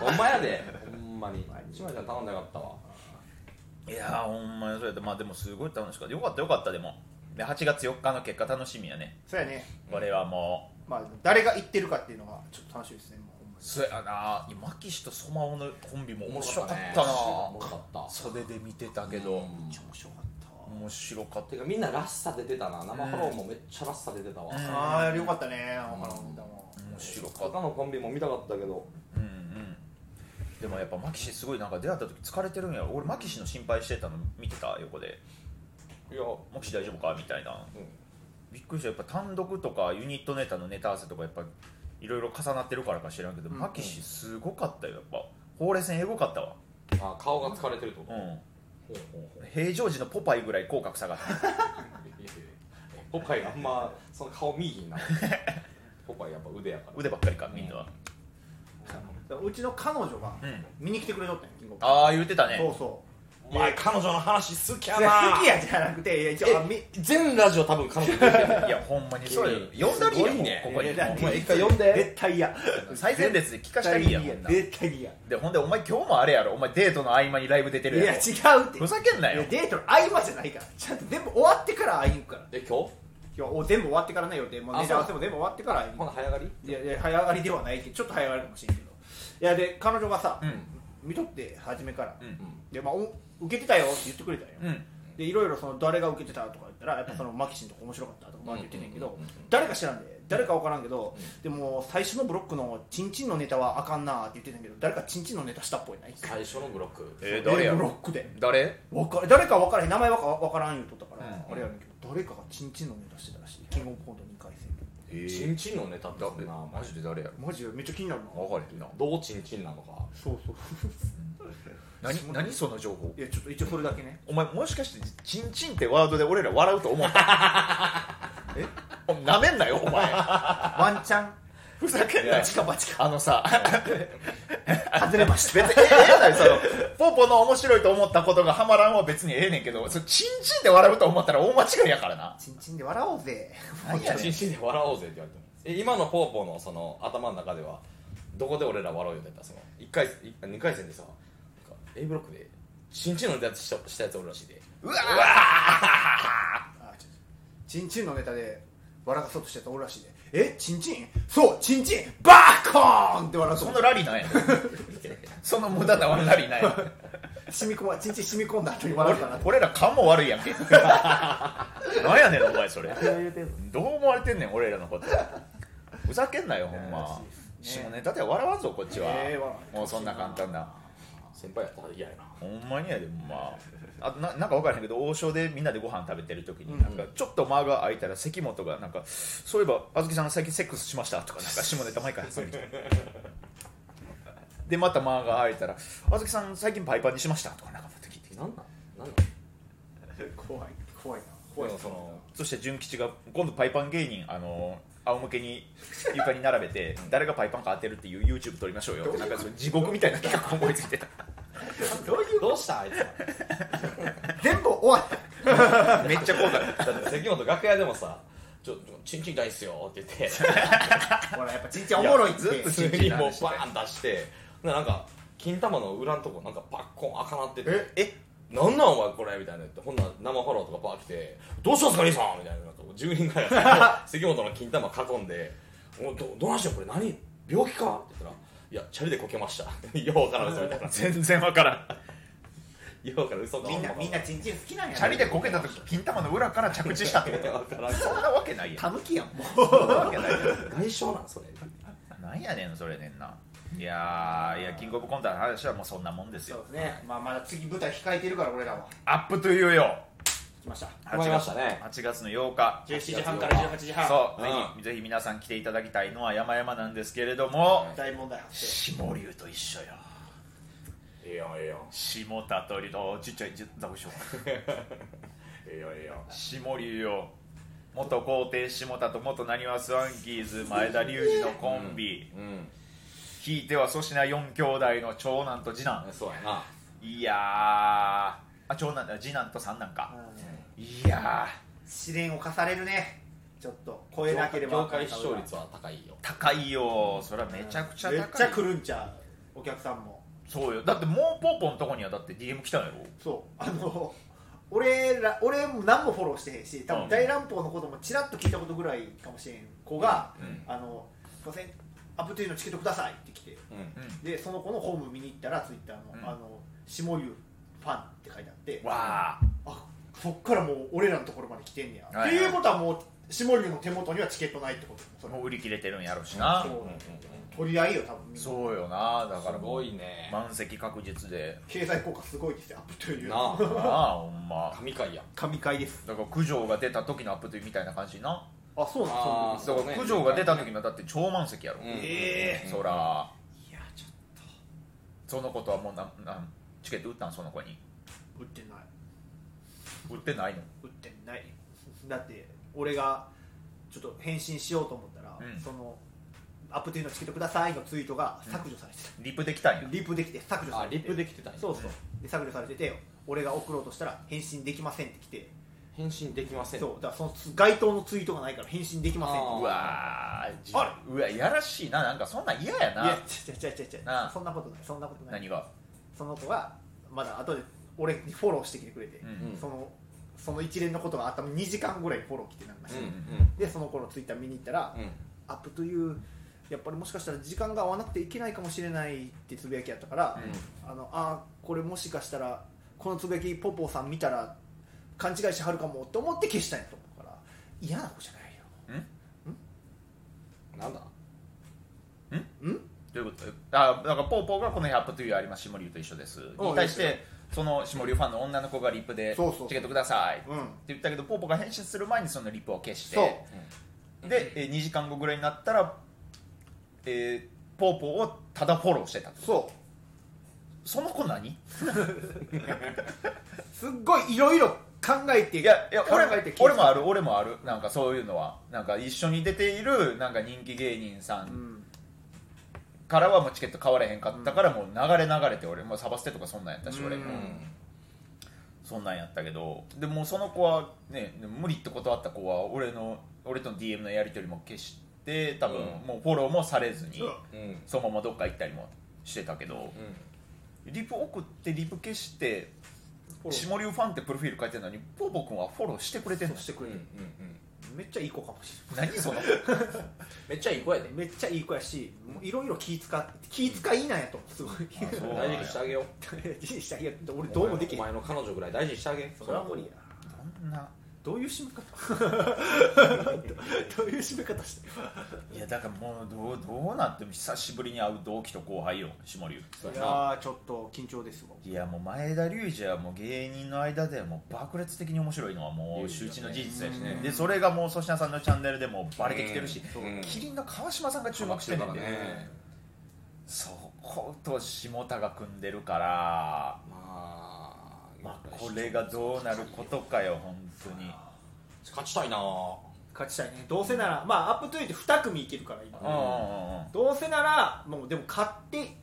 [SPEAKER 2] ほんまやでほんまに島ちゃん頼んでよかったわ
[SPEAKER 1] いやーほんまにそうやってまあでもすごい楽しかったよかったよかったでもで8月4日の結果楽しみやね
[SPEAKER 3] そうやね
[SPEAKER 1] これはもう
[SPEAKER 3] まあ誰が言ってるかっていうのがちょっと楽しみですねもうほんまに
[SPEAKER 1] そうやなマキシとソマオのコンビも面白かった
[SPEAKER 2] ね
[SPEAKER 1] な
[SPEAKER 2] おもろかった
[SPEAKER 1] 袖で見てたけど、
[SPEAKER 2] うん
[SPEAKER 3] 面白かったわ
[SPEAKER 1] 面白かった
[SPEAKER 2] てかみんならしさ出てたな生フォローもめっちゃらしさ出てたわ
[SPEAKER 1] うん
[SPEAKER 3] ああよかったね他のみんなも
[SPEAKER 1] 面白かった
[SPEAKER 2] 他のコンビも見たかったけど
[SPEAKER 1] うんうんでもやっぱマキシすごいなんか出会った時疲れてるんやろ俺マキシの心配してたの見てた横で
[SPEAKER 2] いや
[SPEAKER 1] 「マキシ大丈夫か?」みたいな
[SPEAKER 2] うん
[SPEAKER 1] びっくりしたやっぱ単独とかユニットネタのネタ合わせとかやっぱいろいろ重なってるからか知らんけど、
[SPEAKER 3] うんうん
[SPEAKER 1] マキシすごかったよやっぱほうれい線エゴかったわ
[SPEAKER 2] あ顔が疲れてるってこ
[SPEAKER 1] うん
[SPEAKER 2] とほうほうほ
[SPEAKER 1] 平常時のポパイぐらい口角下がった
[SPEAKER 2] ういやいやいやポパイがあんまその顔見いひんなポパイやっぱ腕やから
[SPEAKER 1] 腕ばっかりかみんなは
[SPEAKER 3] うちの彼女が
[SPEAKER 1] うん、
[SPEAKER 3] 見に来てくれとったんやキングオブ
[SPEAKER 1] ああ言ってたね
[SPEAKER 3] そうそ
[SPEAKER 2] お前彼女の話好きや
[SPEAKER 3] ういや
[SPEAKER 2] な
[SPEAKER 3] 好きやじゃなくていや一応あみ
[SPEAKER 2] 全ラジオ多分彼女出てる
[SPEAKER 1] いやほんまにそれ
[SPEAKER 2] 君
[SPEAKER 1] 呼んだりや
[SPEAKER 2] すごいね
[SPEAKER 1] ここに
[SPEAKER 3] いやいや
[SPEAKER 1] お前
[SPEAKER 2] 一回呼んで
[SPEAKER 3] 絶対嫌
[SPEAKER 1] 最前列で聞かしたりやもんな
[SPEAKER 3] 絶対嫌
[SPEAKER 1] でほんでお前今日もあれやろお前デートの合間にライブ出てる
[SPEAKER 3] いや
[SPEAKER 1] や
[SPEAKER 3] 違
[SPEAKER 1] ろ
[SPEAKER 3] うって
[SPEAKER 1] ふざけんないよ
[SPEAKER 3] やデートの合間じゃないからちゃんと全部終わってから会いに行くから
[SPEAKER 2] え今日
[SPEAKER 3] 今日お全部終わってからね予定もう
[SPEAKER 2] あ
[SPEAKER 3] ネタ合わせも全部終わってから会いに
[SPEAKER 2] ほ
[SPEAKER 3] 行
[SPEAKER 2] な早上がり
[SPEAKER 3] くいやいや早上がりではないけどちょっと早上がりかもしれんけどいやで彼女がさ、
[SPEAKER 1] うん
[SPEAKER 3] 見とって初めから、
[SPEAKER 1] うん
[SPEAKER 3] でまあ、お受けてたよって言ってくれたんよ、
[SPEAKER 1] うん
[SPEAKER 3] でいろいろその誰が受けてたとか言ったらやっぱそのマキシンとか面白かったとかバーって言ってんねんけ
[SPEAKER 2] うん
[SPEAKER 3] ど
[SPEAKER 2] うんうんうん
[SPEAKER 3] 誰か知らんで誰か分からんけどでも最初のブロックのチンチンのネタはあかんなって言ってたんけど誰かチンチンのネタしたっぽいない
[SPEAKER 2] 最初のブロック
[SPEAKER 1] えー誰や
[SPEAKER 3] ブロ
[SPEAKER 1] ろ
[SPEAKER 3] ックで
[SPEAKER 1] 誰
[SPEAKER 3] わか誰か分からへん名前はか分からん言うとったから
[SPEAKER 1] うん
[SPEAKER 3] あれやねんけど誰かがチンチンのネタしてたらしいキングオブコント2回戦
[SPEAKER 2] チンチンのネタって
[SPEAKER 1] だ
[SPEAKER 2] そんな
[SPEAKER 1] マジで誰やろ
[SPEAKER 3] マジでめっちゃ気になるな
[SPEAKER 1] 分かれへんな
[SPEAKER 2] どうチンチンなのか
[SPEAKER 3] そうそう
[SPEAKER 1] 何何その情報
[SPEAKER 3] いやちょっと一応それだ けね
[SPEAKER 1] お前もしかして「チンチン」ってワードで俺ら笑うと思った えなめんなよお前
[SPEAKER 3] ワンチャン
[SPEAKER 1] ふざけんな
[SPEAKER 2] や
[SPEAKER 1] よ
[SPEAKER 3] バチかバチか
[SPEAKER 1] あのさ
[SPEAKER 3] 外れまし
[SPEAKER 1] 別にええないそのポポの面白いと思ったことがハマらんは別にええねんけどそのチンチンで笑うと思ったら大間違いやからな
[SPEAKER 3] たチンチンで笑おうぜ
[SPEAKER 1] 何やね
[SPEAKER 2] チ
[SPEAKER 1] ん
[SPEAKER 2] ンチンで笑おうぜって言われてもえ今のポーポーのその頭の中ではどこで俺ら笑うよって言ったその1回い2回戦でさなんか A ブロックでチンチンのネタしたしたやつおるらしいで
[SPEAKER 1] うわー
[SPEAKER 3] あちょちょチンチンのネタで笑かそうとしてたおるらしいでえチンチンそうチンチンバーコーンって笑うと
[SPEAKER 1] そ
[SPEAKER 3] 思
[SPEAKER 1] のラリーなんや その無駄なラリーなんや
[SPEAKER 3] 染み込まチンチン染み込んだ後に
[SPEAKER 1] 俺
[SPEAKER 3] 笑うかなと
[SPEAKER 1] 俺ら勘も悪いやんけ なんやねんお前それどう思われてんねん俺らのことふざけんなよほんま
[SPEAKER 3] いや
[SPEAKER 1] 下ネタでは笑わんぞこっちは、
[SPEAKER 3] ええわ
[SPEAKER 1] もうそんな簡単な
[SPEAKER 2] 先輩やったら嫌やな
[SPEAKER 1] ほんまにやでほんまあとななんか分からへんけど王将でみんなでご飯食べてる時になんかちょっと間が空いたら関本がなんかそういえばあずきさん最近セックスしましたとかなんか下ネタ毎回挟んできてでまた間が空いたらあずきさん最近パイパンにしましたとかなんかまた聞いてきて
[SPEAKER 2] なんなんなんなん
[SPEAKER 3] 怖い怖いな
[SPEAKER 2] でもその
[SPEAKER 1] そして純吉が今度パイパン芸人あの仰向けに床に並べて誰がパイパンか当てるっていう YouTube 撮りましょうよってなんかその地獄みたいな企画思いついてた
[SPEAKER 3] どういう
[SPEAKER 2] どうしたあいつは
[SPEAKER 3] 全部終わっ
[SPEAKER 1] めっちゃ怖かった
[SPEAKER 2] だって関本楽屋でもさ「ちょちょチンチンないっすよ」って言って
[SPEAKER 3] たほらやっぱチンチンおもろい
[SPEAKER 1] い
[SPEAKER 3] っ
[SPEAKER 1] や
[SPEAKER 3] て
[SPEAKER 1] ずっ
[SPEAKER 2] 普
[SPEAKER 1] チン
[SPEAKER 2] 通
[SPEAKER 1] チン
[SPEAKER 2] に
[SPEAKER 1] の
[SPEAKER 2] もう
[SPEAKER 1] 話
[SPEAKER 2] バーン出してでなんか金玉の裏のとこなんかパッコン赤なってて
[SPEAKER 3] え
[SPEAKER 1] え
[SPEAKER 2] 「なんなんお前これ」みたいな言ってほんなら生ファローとかバー来て「どうしたんすか兄さん」みたいななんか10人ぐらいが関本の金玉囲んで「おどどないしてんこれ何病気か?」って言ったら「いやチャリでこけました」 ようわからん嘘みたいな
[SPEAKER 1] 全然分からん
[SPEAKER 2] ようわからん嘘か
[SPEAKER 3] みんな
[SPEAKER 2] ほまか
[SPEAKER 3] みんなチンチン好きなんや
[SPEAKER 1] チャリでこけた時金玉の裏から着地したってこと
[SPEAKER 2] わからん
[SPEAKER 1] そんなわけないやん
[SPEAKER 3] たむきやんも
[SPEAKER 1] そんなわけないや
[SPEAKER 2] 外傷なんそれ
[SPEAKER 1] んなんやねんそれねんないやーいやキングオブコントの話はもうそんなもんです
[SPEAKER 3] そう
[SPEAKER 1] よ
[SPEAKER 3] ですねまあまだ次舞台控えてるから俺らは
[SPEAKER 1] アップというよ
[SPEAKER 3] 来ました
[SPEAKER 2] 決まりましたね
[SPEAKER 1] 8月の8日
[SPEAKER 3] 17時半から18時半
[SPEAKER 1] そう、
[SPEAKER 2] うん
[SPEAKER 1] ぜひぜひ皆さん来ていただきたいのは山々なんですけれども、
[SPEAKER 3] 大問題発生
[SPEAKER 1] 下流と一緒よ
[SPEAKER 2] ええやんええやん
[SPEAKER 1] 下田と流とちっちゃいザコショウ
[SPEAKER 2] ええやんええやん
[SPEAKER 1] 下流よ元皇帝下田と元なにわスワンキーズ前田隆二のコンビ、
[SPEAKER 2] うん
[SPEAKER 1] ひいては粗品4兄弟の長男と次男
[SPEAKER 2] そうやない
[SPEAKER 1] やーあ長男だ次男と三男かいやー
[SPEAKER 3] 試練を課されるねちょっと超えなければ
[SPEAKER 2] 業界視聴率は高いよ
[SPEAKER 1] 高いよそれはめちゃくちゃ高い
[SPEAKER 3] めっちゃ来るんちゃうお客さんも
[SPEAKER 1] そうよだってもうポーポンのとこにはだって DM 来たんやろ
[SPEAKER 3] そうあの俺ら俺も何もフォローしてへんし多
[SPEAKER 1] うん
[SPEAKER 3] 分大乱暴のこともちらっと聞いたことぐらいかもしれん子が「
[SPEAKER 2] うん
[SPEAKER 3] あのすいませんアップトゥーのチケットください」って来て
[SPEAKER 2] うん
[SPEAKER 3] でその子のホーム見に行ったらツイッターの
[SPEAKER 1] う
[SPEAKER 3] 「
[SPEAKER 1] ん
[SPEAKER 3] あの下流ファン」って書いてあって
[SPEAKER 1] わあ
[SPEAKER 3] あそっからもう俺らのところまで来てんねや、
[SPEAKER 1] はいはい
[SPEAKER 3] っていうことはもう下流の手元にはチケットないってことそ
[SPEAKER 1] も
[SPEAKER 3] れ
[SPEAKER 1] う売り切れてるんやろしな、
[SPEAKER 3] そう
[SPEAKER 2] うんうん
[SPEAKER 3] 取り合いよ多分みんな
[SPEAKER 1] そうよなだ
[SPEAKER 2] だ
[SPEAKER 1] か
[SPEAKER 2] かららす
[SPEAKER 1] も
[SPEAKER 2] ご
[SPEAKER 1] う
[SPEAKER 2] いね
[SPEAKER 1] 満席確実で
[SPEAKER 3] 経済効果すごいですよアップトゥー
[SPEAKER 2] なあ
[SPEAKER 1] なあほんま
[SPEAKER 2] 神回や
[SPEAKER 3] 神回です
[SPEAKER 1] だから九条が出た時のアップというみたいな感じな
[SPEAKER 3] あそうなん
[SPEAKER 2] あ
[SPEAKER 1] だ
[SPEAKER 2] ー
[SPEAKER 1] から
[SPEAKER 2] そうね
[SPEAKER 1] 九条が出た時のだって超満席やろ、
[SPEAKER 2] うん
[SPEAKER 3] え
[SPEAKER 1] そら
[SPEAKER 3] いやちょっ
[SPEAKER 1] そのことはもうなんなんチケット売ったんその子に
[SPEAKER 3] と売ってない
[SPEAKER 1] 売ってないの
[SPEAKER 3] 売ってないだって俺がちょっと返信しようと思ったら、
[SPEAKER 1] うん
[SPEAKER 3] そのアップトゥーのチケットくださいのツイートが削除されて
[SPEAKER 1] リプできたん
[SPEAKER 3] た、
[SPEAKER 1] や
[SPEAKER 3] リプできて削除さ
[SPEAKER 2] あ
[SPEAKER 3] れて
[SPEAKER 2] リ
[SPEAKER 3] て
[SPEAKER 2] ップできてたんや
[SPEAKER 3] そうそうで削除されてて俺が送ろうとしたら返信できませんって来て
[SPEAKER 2] 返信できません
[SPEAKER 3] そうだからその該当のツイートがないから返信できませんって
[SPEAKER 2] あー
[SPEAKER 1] うわーじ
[SPEAKER 3] あ
[SPEAKER 1] うわやらしいななんかそんなん嫌や
[SPEAKER 3] いや
[SPEAKER 1] な
[SPEAKER 3] ちゃちゃちゃち
[SPEAKER 1] なあ
[SPEAKER 3] ゃそんなことないそんなことない
[SPEAKER 1] 何が
[SPEAKER 3] その子がまだ後で俺にフォローしてきてくれて、
[SPEAKER 1] うん
[SPEAKER 2] うん
[SPEAKER 3] そのその一連のことがあった2時間ぐらいフォロー来てなりまし
[SPEAKER 2] う
[SPEAKER 3] た、
[SPEAKER 2] ん
[SPEAKER 1] ん
[SPEAKER 2] うん
[SPEAKER 3] でその子のツイッター見に行ったら、
[SPEAKER 2] うん
[SPEAKER 3] アップというやっぱりもしかしたら時間が合わなくていけないかもしれないってつぶやきやったから、あのあーこれもしかしたらこのつぶやきポポさん見たら勘違いしはるかもと思って消したんやと思うから嫌な子じゃないよ
[SPEAKER 2] なんだ
[SPEAKER 1] どういうことあだからポーポーがこの「100というありますしもりゅうと一緒ですに対し
[SPEAKER 3] いいで
[SPEAKER 1] てそのしもりゅうファンの女の子がリップで
[SPEAKER 3] そうそう
[SPEAKER 1] チケットください」って
[SPEAKER 3] うん
[SPEAKER 1] 言ったけどポーポーが返信する前にそのリップを消して
[SPEAKER 3] そう
[SPEAKER 1] でえー2時間後ぐらいになったら、えー、ポーポーをただフォローしてた
[SPEAKER 3] そう
[SPEAKER 1] その子何い
[SPEAKER 3] すっごいいろいろ考えてい
[SPEAKER 1] やいや
[SPEAKER 3] 考
[SPEAKER 1] 俺
[SPEAKER 3] えて
[SPEAKER 1] 俺もある俺もあるなんかそういうのはなんか一緒に出ているなんか人気芸人さ
[SPEAKER 3] うんん
[SPEAKER 1] からはもうチケット買われへんかったからもう流れ流れて俺もうサバステとかそんなんやったし俺
[SPEAKER 3] うん
[SPEAKER 2] う
[SPEAKER 1] も
[SPEAKER 2] ん
[SPEAKER 1] そんなんやったけどでもうその子はね無理って断った子は俺の俺との DM のやり取りも消して多分
[SPEAKER 2] うん
[SPEAKER 1] もうフォローもされずに
[SPEAKER 3] うん
[SPEAKER 2] うん
[SPEAKER 1] そのままどっか行ったりもしてたけど、リプ送ってリプ消して
[SPEAKER 3] フォロー
[SPEAKER 1] 下流ファンってプロフィール書いてるのにポーポ君はフォローしてくれてんの
[SPEAKER 3] して
[SPEAKER 2] う
[SPEAKER 3] く
[SPEAKER 2] んう
[SPEAKER 3] れ
[SPEAKER 2] んう
[SPEAKER 3] てる、
[SPEAKER 2] ん
[SPEAKER 3] めっちゃいい子かもし
[SPEAKER 1] 何その
[SPEAKER 2] めっちゃいい子やで
[SPEAKER 3] れないめっちゃいい子やしもういろいろ気使って気使いなんやと思うすごい
[SPEAKER 1] そう
[SPEAKER 2] 大事にしてあげよう
[SPEAKER 3] 人生いや俺どうもできへ
[SPEAKER 2] お
[SPEAKER 3] ん
[SPEAKER 2] 前の彼女ぐらい大事にしてあげ
[SPEAKER 3] それは無理や
[SPEAKER 1] どんな
[SPEAKER 3] どういう締め方どういう締め方して
[SPEAKER 1] いやだからもうどうどうなっても久しぶりに会う同期と後輩よ下流
[SPEAKER 2] そう
[SPEAKER 3] い
[SPEAKER 2] やな
[SPEAKER 3] やーちょっと緊張ですもん
[SPEAKER 1] いやもう前田隆二はもう芸人の間でもう爆裂的に面白いのはもう周知の事実やしね
[SPEAKER 2] うん
[SPEAKER 1] でそれがもう粗品さんのチャンネルでもバレてきてるし
[SPEAKER 2] うんうん
[SPEAKER 1] 麒麟の川島さんが注目してるんで、
[SPEAKER 2] ね
[SPEAKER 1] そこと下田が組んでるから
[SPEAKER 2] まあ
[SPEAKER 1] まあ、これがどうなることかよ、本当に。
[SPEAKER 2] 勝ちたいな
[SPEAKER 3] 勝ちたいねどうせならまあアップトゥイって2組いけるから今
[SPEAKER 1] うんうんうん、
[SPEAKER 3] どうせならもうでも勝って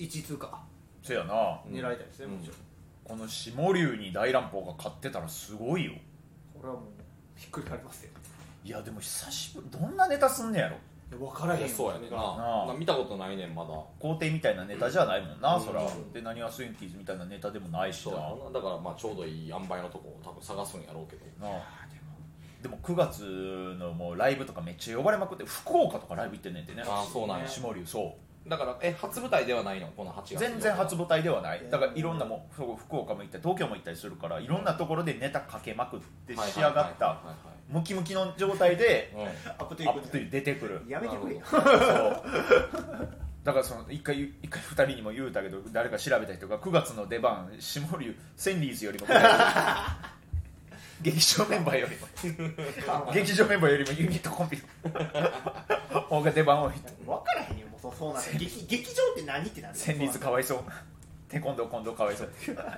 [SPEAKER 3] 1通過
[SPEAKER 1] せやな、
[SPEAKER 2] うん
[SPEAKER 3] 狙いたいですね、
[SPEAKER 2] うん
[SPEAKER 3] もちろん
[SPEAKER 1] この下流に大乱暴が勝ってたらすごいよ。
[SPEAKER 3] これはもうひっくり返りますよ
[SPEAKER 1] いや、でも久しぶり、どんなネタすんねやろ。
[SPEAKER 3] いや分からへん
[SPEAKER 2] い
[SPEAKER 3] よ
[SPEAKER 2] やそうやねんな
[SPEAKER 3] それが
[SPEAKER 1] なあ
[SPEAKER 2] な見たことないねんまだ
[SPEAKER 1] 皇帝みたいなネタじゃないもんな、
[SPEAKER 2] うん
[SPEAKER 1] そら
[SPEAKER 2] うん。
[SPEAKER 1] で、なにわスインキーズみたいなネタでもないし
[SPEAKER 2] そう
[SPEAKER 1] な。
[SPEAKER 2] や
[SPEAKER 1] な
[SPEAKER 2] なだからまあちょうどいい塩梅のとこを多分探すんやろうけど
[SPEAKER 1] あでも9月のもうライブとかめっちゃ呼ばれまくって福岡とかライブ行ってんねんてね
[SPEAKER 2] あーそうなんや
[SPEAKER 1] 下流そう
[SPEAKER 2] だからえ初舞台ではないのこの8月
[SPEAKER 1] 全然初舞台ではない
[SPEAKER 3] うん
[SPEAKER 1] だからいろんなもんそう福岡も行ったり東京も行ったりするからいろんなところでネタかけまくって
[SPEAKER 2] はい
[SPEAKER 1] 仕上がっ
[SPEAKER 2] は
[SPEAKER 1] たムキムキの状態で
[SPEAKER 2] いはいはいはいうん
[SPEAKER 3] アップト
[SPEAKER 1] アップ
[SPEAKER 3] ゥ
[SPEAKER 1] ト
[SPEAKER 3] イ
[SPEAKER 1] ゥイ出てくる
[SPEAKER 3] やめてくれよ
[SPEAKER 1] そうだからその一回一回二人にも言うたけど誰か調べた人が9月の出番下流センリーズよりも劇場メンバーよりも劇場メンバーよりもユニットコンビの方が出番多い
[SPEAKER 3] 分からへんよもうそうそうなんだ劇劇場って何ってなる
[SPEAKER 1] センリーズかわいそうテコンドー近藤かわいそう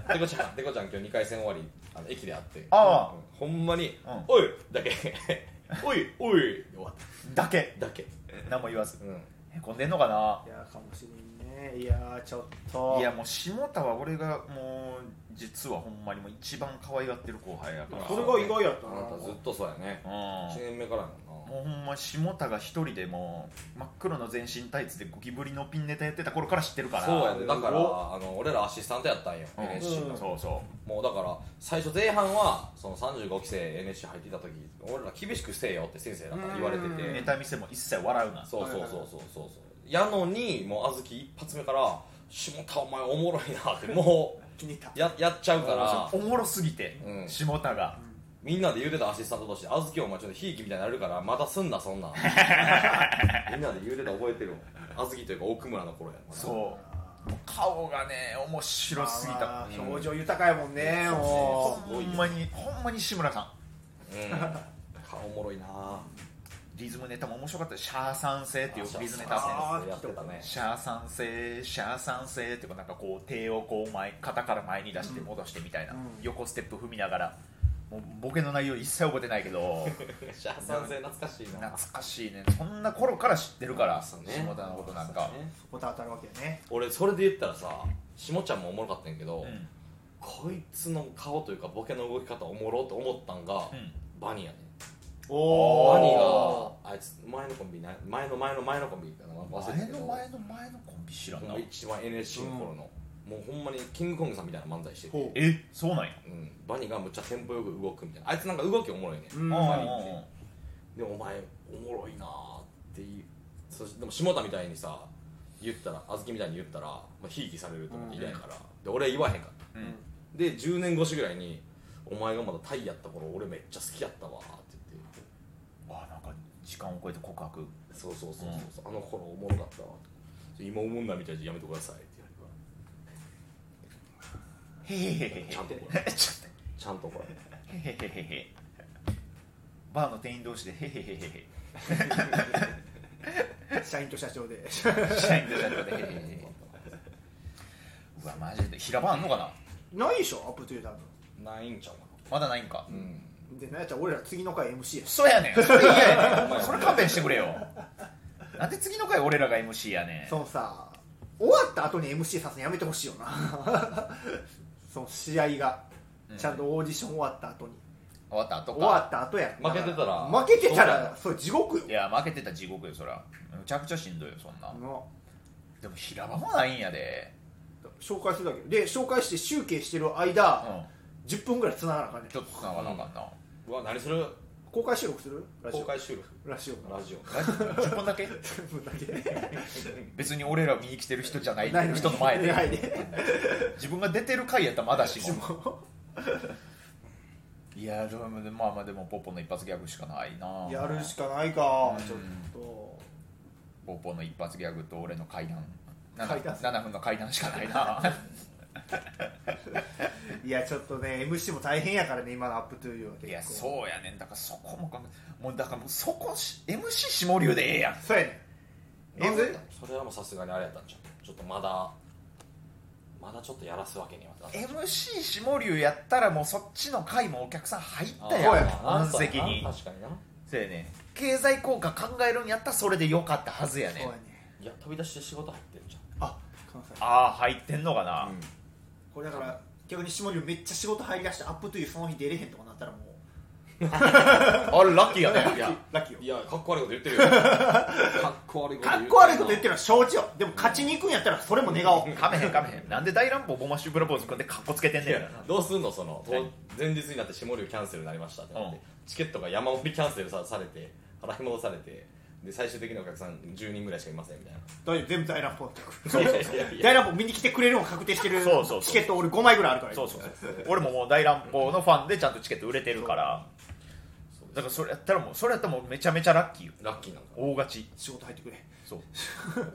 [SPEAKER 2] デコちゃん、デ コちゃん今日2回戦終わり、あの駅で会って、
[SPEAKER 1] ああ
[SPEAKER 2] うんほんまに、
[SPEAKER 1] うん
[SPEAKER 2] おい だけ、おいおいで終わっ
[SPEAKER 1] だけ
[SPEAKER 2] ただけ、
[SPEAKER 1] 何も言わず
[SPEAKER 2] うん、
[SPEAKER 1] へこんでんのかない
[SPEAKER 3] やーかもしれんねいやーちょっと
[SPEAKER 1] いやもう下田は俺がもう実はほんまにもう一番可愛がってる後輩やから
[SPEAKER 3] それが意外やった
[SPEAKER 2] あ
[SPEAKER 3] な
[SPEAKER 2] なたずっとそうやね、
[SPEAKER 1] うん
[SPEAKER 2] 1年目からやもん
[SPEAKER 1] もうほんま下田が一人でもう真っ黒の全身タイツでゴキブリのピンネタやってた頃から知ってるか
[SPEAKER 2] な、
[SPEAKER 1] ら
[SPEAKER 2] そうやね、だから、
[SPEAKER 3] お
[SPEAKER 2] あの俺らアシスタントやったんよ、
[SPEAKER 1] うん
[SPEAKER 2] NSC の、
[SPEAKER 1] そうそ
[SPEAKER 2] もうだから、最初前半は、その35期生 NSC 入っていた時俺ら厳しくせえよって先生だから言われて
[SPEAKER 1] う
[SPEAKER 3] うん
[SPEAKER 2] て
[SPEAKER 1] ネ、タ見せも一切笑うな
[SPEAKER 2] そうそうそうそうそうそう、やのに、もうあずき一発目から、下田お前おもろいなって、も
[SPEAKER 3] 気に入った
[SPEAKER 2] うややっちゃうから。
[SPEAKER 1] おもろすぎて、
[SPEAKER 2] うん
[SPEAKER 1] 下田が
[SPEAKER 2] みんなで言うてたアシスタントとして、あずきお前ちょっとひいきみたいになるから、またすんな、そん なん。みんなで言うてた覚えてるもん。あずきというか、奥村の頃やもんな
[SPEAKER 1] そうもう顔がね面白すぎた
[SPEAKER 3] あー表情豊かやもんねも
[SPEAKER 1] ほんまにほんまに志村さん
[SPEAKER 2] うん。顔おもろいなぁ。
[SPEAKER 1] リズムネタも面白かったよシャーサン性っていうリズムネタあったやん
[SPEAKER 3] あー
[SPEAKER 2] やってたね。
[SPEAKER 1] シャーサン性シャーサン性っていうかなんかこう手をこう前肩から前に出して戻してみたいな、
[SPEAKER 3] うん
[SPEAKER 1] 横ステップ踏みながらもうボケの内容一切覚えてないけど
[SPEAKER 2] シャーさん懐かしい
[SPEAKER 1] 懐かしいねそんな頃から知ってるから、下田のことなんか、
[SPEAKER 3] うそこで当たるわけやね
[SPEAKER 2] 俺、それで言ったらさ、下ちゃんもおもろかったんやけど、
[SPEAKER 1] うん
[SPEAKER 2] こいつの顔というか、ボケの動き方おもろって思ったんが、
[SPEAKER 1] うん
[SPEAKER 2] バニやね。
[SPEAKER 1] おー
[SPEAKER 2] バニが、あいつ、前のコンビな、前の前の前のコンビかな、忘れて
[SPEAKER 1] 前
[SPEAKER 2] たけど
[SPEAKER 1] の前の前のコンビ知らんな
[SPEAKER 2] 一番 NSC の頃の、もうほんまにキングコングさんみたいな漫才してて、
[SPEAKER 3] ほ
[SPEAKER 1] えそうなんや
[SPEAKER 2] うん、バニーがむっちゃテンポよく動くみたいなあいつなんか動きおもろいね、
[SPEAKER 3] うん
[SPEAKER 1] あ
[SPEAKER 3] バ
[SPEAKER 1] ー
[SPEAKER 3] ニ
[SPEAKER 2] でもお前おもろいなーっていうそしでも下田みたいにさ言ったら小豆みたいに言ったらまあひいきされると思って嫌やから、で俺は言わへんかった
[SPEAKER 1] うん
[SPEAKER 2] で10年越しぐらいに「お前がまだタイやった頃俺めっちゃ好きやったわ」って言って
[SPEAKER 1] あなんか時間を超えて告白
[SPEAKER 2] そうそうそうそう、あの頃おもろかったわ今おもんないみたいでやめてくださいって言われ
[SPEAKER 1] へへへへ
[SPEAKER 2] ちゃんとこ
[SPEAKER 1] ちょっ
[SPEAKER 2] れ
[SPEAKER 1] と
[SPEAKER 2] ちゃんとこ
[SPEAKER 1] へ
[SPEAKER 2] れ
[SPEAKER 1] へへへへバーの店員同士でへへへへ
[SPEAKER 3] 社員と社長で
[SPEAKER 1] へ社員同士だったでへへへへ うわマジで平場あんのかな
[SPEAKER 3] ないでしょアップトゥーダウ
[SPEAKER 2] ないんちゃうか
[SPEAKER 1] まだないんか
[SPEAKER 2] うん
[SPEAKER 3] ンでなんやったら俺ら次の回 MC やし
[SPEAKER 1] そうや ねんそれ嫌や
[SPEAKER 2] お
[SPEAKER 1] ね
[SPEAKER 2] 前
[SPEAKER 1] んそれ勘弁してくれよなんで次の回俺らが MC やねん
[SPEAKER 3] そのさ終わった後に MC さすのやめてほしいよ なその試合が
[SPEAKER 1] うん
[SPEAKER 3] ちゃんとオーディション終わった後に、
[SPEAKER 1] 終わった後
[SPEAKER 3] 終わ
[SPEAKER 1] か
[SPEAKER 3] った後や
[SPEAKER 2] 負けてたら
[SPEAKER 3] 負けてた
[SPEAKER 2] そうだよ
[SPEAKER 3] らそれ地獄よ
[SPEAKER 1] いや負けてた地獄よそらむちゃくちゃしんどいよそんな
[SPEAKER 3] の
[SPEAKER 1] でも平場もないんやで
[SPEAKER 3] 紹介するだけよで紹介して集計してる
[SPEAKER 1] う
[SPEAKER 3] 間、
[SPEAKER 1] ん
[SPEAKER 3] 10分ぐらい繋がなあかんねん
[SPEAKER 1] ちょっとつながらなあかんな
[SPEAKER 2] うわ何する
[SPEAKER 3] 公開収録するラジオ
[SPEAKER 2] 公開収録
[SPEAKER 3] ラジオ
[SPEAKER 2] ラジオ
[SPEAKER 1] ラジオ10本だ け
[SPEAKER 3] 10分だ け
[SPEAKER 1] 別に俺ら見に来てる人じゃない
[SPEAKER 3] ないのに
[SPEAKER 1] 人の前で
[SPEAKER 3] ないね
[SPEAKER 1] 自分が出てる回やったらまだし
[SPEAKER 3] 私
[SPEAKER 1] も
[SPEAKER 3] も
[SPEAKER 1] いやでもまあまあでもポッポの一発ギャグしかないな
[SPEAKER 3] やるしかないか
[SPEAKER 1] うん
[SPEAKER 3] ちょっと
[SPEAKER 1] ポッポの一発ギャグと俺の階段
[SPEAKER 3] 階段
[SPEAKER 1] 7, 7分の階段しかない ない
[SPEAKER 3] やちょっとね MC も大変やからね今のアップトゥーユーは結構
[SPEAKER 1] いやそうやねんだからそこもかもうだからもうそこし MC 下流でええやん
[SPEAKER 3] そうやねんなんで
[SPEAKER 2] それはもうさすがにあれやったんちゃうちょっとまだまだちょっとやらすわけにはな
[SPEAKER 1] MC 下流やったらもうそっちの回もお客さん入った
[SPEAKER 3] そう
[SPEAKER 1] や
[SPEAKER 3] や
[SPEAKER 1] ん満
[SPEAKER 2] そうや
[SPEAKER 1] 席に
[SPEAKER 2] な確かにな
[SPEAKER 1] そうやね経済効果考えるんやったらそれでよかったはずや
[SPEAKER 3] そう
[SPEAKER 1] ねん
[SPEAKER 3] やねん
[SPEAKER 2] いや飛び出して仕事入ってるじゃん
[SPEAKER 3] あ関西
[SPEAKER 1] ああ入ってんのかな、
[SPEAKER 3] これだから逆に下流めっちゃ仕事入りだしてアップトゥーユーその日出れへんとかなったらもう
[SPEAKER 1] あれラッキーやね
[SPEAKER 2] いや
[SPEAKER 3] ラッキーよ
[SPEAKER 2] いやかっこ悪いこと言ってるよかっこ悪いこと
[SPEAKER 3] かっこ悪いこと言ってるのは承知よでも勝ちに行くんやったらそれも願おう
[SPEAKER 1] かめへんかめへんなんで大乱暴ボマッシュブラボーズ組んでかっこつけてんねん
[SPEAKER 2] どうすんのその、と
[SPEAKER 1] はい
[SPEAKER 2] 前日になって下流キャンセルになりましたってなって、
[SPEAKER 1] うん
[SPEAKER 2] チケットが山盛りキャンセルさされて払い戻されてで最終的にお客さん10人ぐらいしかいませんみたいな
[SPEAKER 3] 大丈夫全部大乱暴
[SPEAKER 2] いやいやいや
[SPEAKER 3] 大乱暴見に来てくれるの確定してる
[SPEAKER 1] そうそうそう
[SPEAKER 3] チケット俺5枚ぐらいあるから
[SPEAKER 1] そうそうそう 俺ももう大乱暴のファンでちゃんとチケット売れてるから
[SPEAKER 2] そう
[SPEAKER 1] だからそれやったらもうそれやったらもうめちゃめちゃラッキーよ
[SPEAKER 2] ラッキーなんか
[SPEAKER 1] 大勝ち
[SPEAKER 3] 仕事入ってくれ
[SPEAKER 1] そう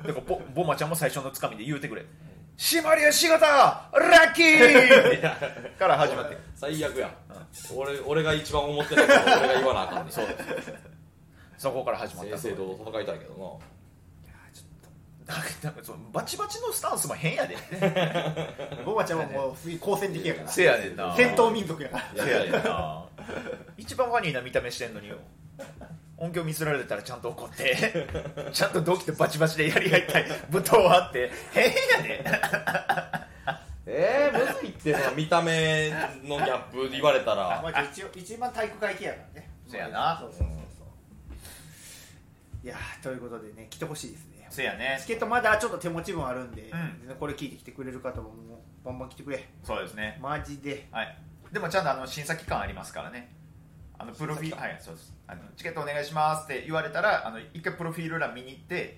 [SPEAKER 1] だからボボマちゃんも最初のつかみで言うてくれ「シマリュ仕事ラッキ ー!」から始まって
[SPEAKER 2] 最悪や、俺俺が一番思ってないこと俺が言わなあかんねんそう
[SPEAKER 1] そこから始まった
[SPEAKER 2] 正々堂々戦いたいけど
[SPEAKER 1] だからなんかそのバチバチのスタンスも変やで
[SPEAKER 3] ボマちゃんはもう次好戦的やから
[SPEAKER 1] せやねんな
[SPEAKER 3] 戦闘民族やから
[SPEAKER 2] な
[SPEAKER 1] せやねんな 一番ファニーな見た目してんのによ音響見せられたらちゃんと怒って ちゃんと同期とバチバチでやり合いたい舞踏はあって変やで
[SPEAKER 2] えー、むずいってその見た目のギャップ言われた
[SPEAKER 3] ボ
[SPEAKER 2] ら
[SPEAKER 3] マちゃん一応一番体育会系やからね
[SPEAKER 1] せやな
[SPEAKER 3] そうそうそうそういやーということでね来てほしいですね
[SPEAKER 1] せやね
[SPEAKER 3] チケットまだちょっと手持ち分あるんで、
[SPEAKER 1] う
[SPEAKER 3] これ聞いてきてくれる方ももうバンバン来てくれ
[SPEAKER 1] そうですね
[SPEAKER 3] マジで
[SPEAKER 1] はい、でもちゃんとあの審査期間ありますからね、あのプロフィ
[SPEAKER 2] 審査期間
[SPEAKER 1] はい、そうですあのチケットお願いしますって言われたら、あの一回プロフィール欄見に行って、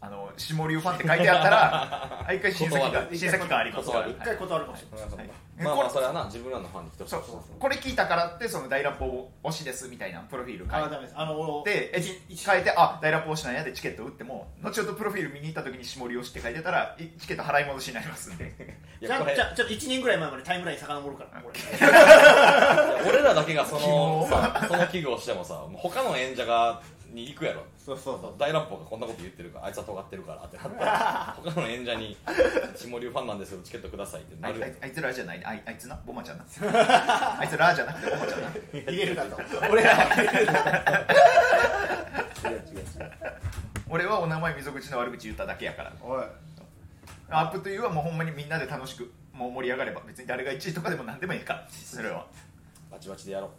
[SPEAKER 1] あの下流ファンって書いてあったら、 あ一回審査期
[SPEAKER 2] 断
[SPEAKER 1] 間審査期間ありますから、
[SPEAKER 2] 断
[SPEAKER 3] 一回断るかもしれない
[SPEAKER 1] い
[SPEAKER 2] まあまあそれはな自分らのファンに来てほしい
[SPEAKER 1] そうこれ聞いたからって、その大乱暴推しですみたいなプロフィール
[SPEAKER 3] あ
[SPEAKER 1] 書
[SPEAKER 3] ーダ
[SPEAKER 1] い
[SPEAKER 3] メですあの
[SPEAKER 1] て、え変えて、あ大乱暴推しなんやでチケット打っても、後ほどプロフィール見に行った時に下流推しって書いてたら、いチケット払い戻しになりますんで、
[SPEAKER 2] い
[SPEAKER 3] じゃ
[SPEAKER 2] や
[SPEAKER 3] あ
[SPEAKER 2] これ
[SPEAKER 3] じゃあちょっと1年ぐらい前までタイムライン遡るからこれ
[SPEAKER 2] いや俺らだけがそ
[SPEAKER 1] 希望
[SPEAKER 2] のさその危惧をしてもさもう他の演者がに行くやろ
[SPEAKER 3] そうそ う そう
[SPEAKER 2] 大乱暴がこんなこと言ってるからあいつは尖ってるからってなったら 他の演者に「下流ファンなんですけどチケットください」って
[SPEAKER 1] あ
[SPEAKER 2] なるや
[SPEAKER 1] い
[SPEAKER 2] ん
[SPEAKER 1] あいつらじゃない、あいあいつな、ボマちゃんな、あいつらじゃなくてボマちゃんな。
[SPEAKER 3] 入れるなと俺らは入れるな
[SPEAKER 1] 俺はお名前溝口の悪口言っただけやから
[SPEAKER 3] おい
[SPEAKER 1] アップというはもうほんまにみんなで楽しくもう盛り上がれば別に誰が1位とかでも何でもいいからそれは
[SPEAKER 2] バチバチでやろ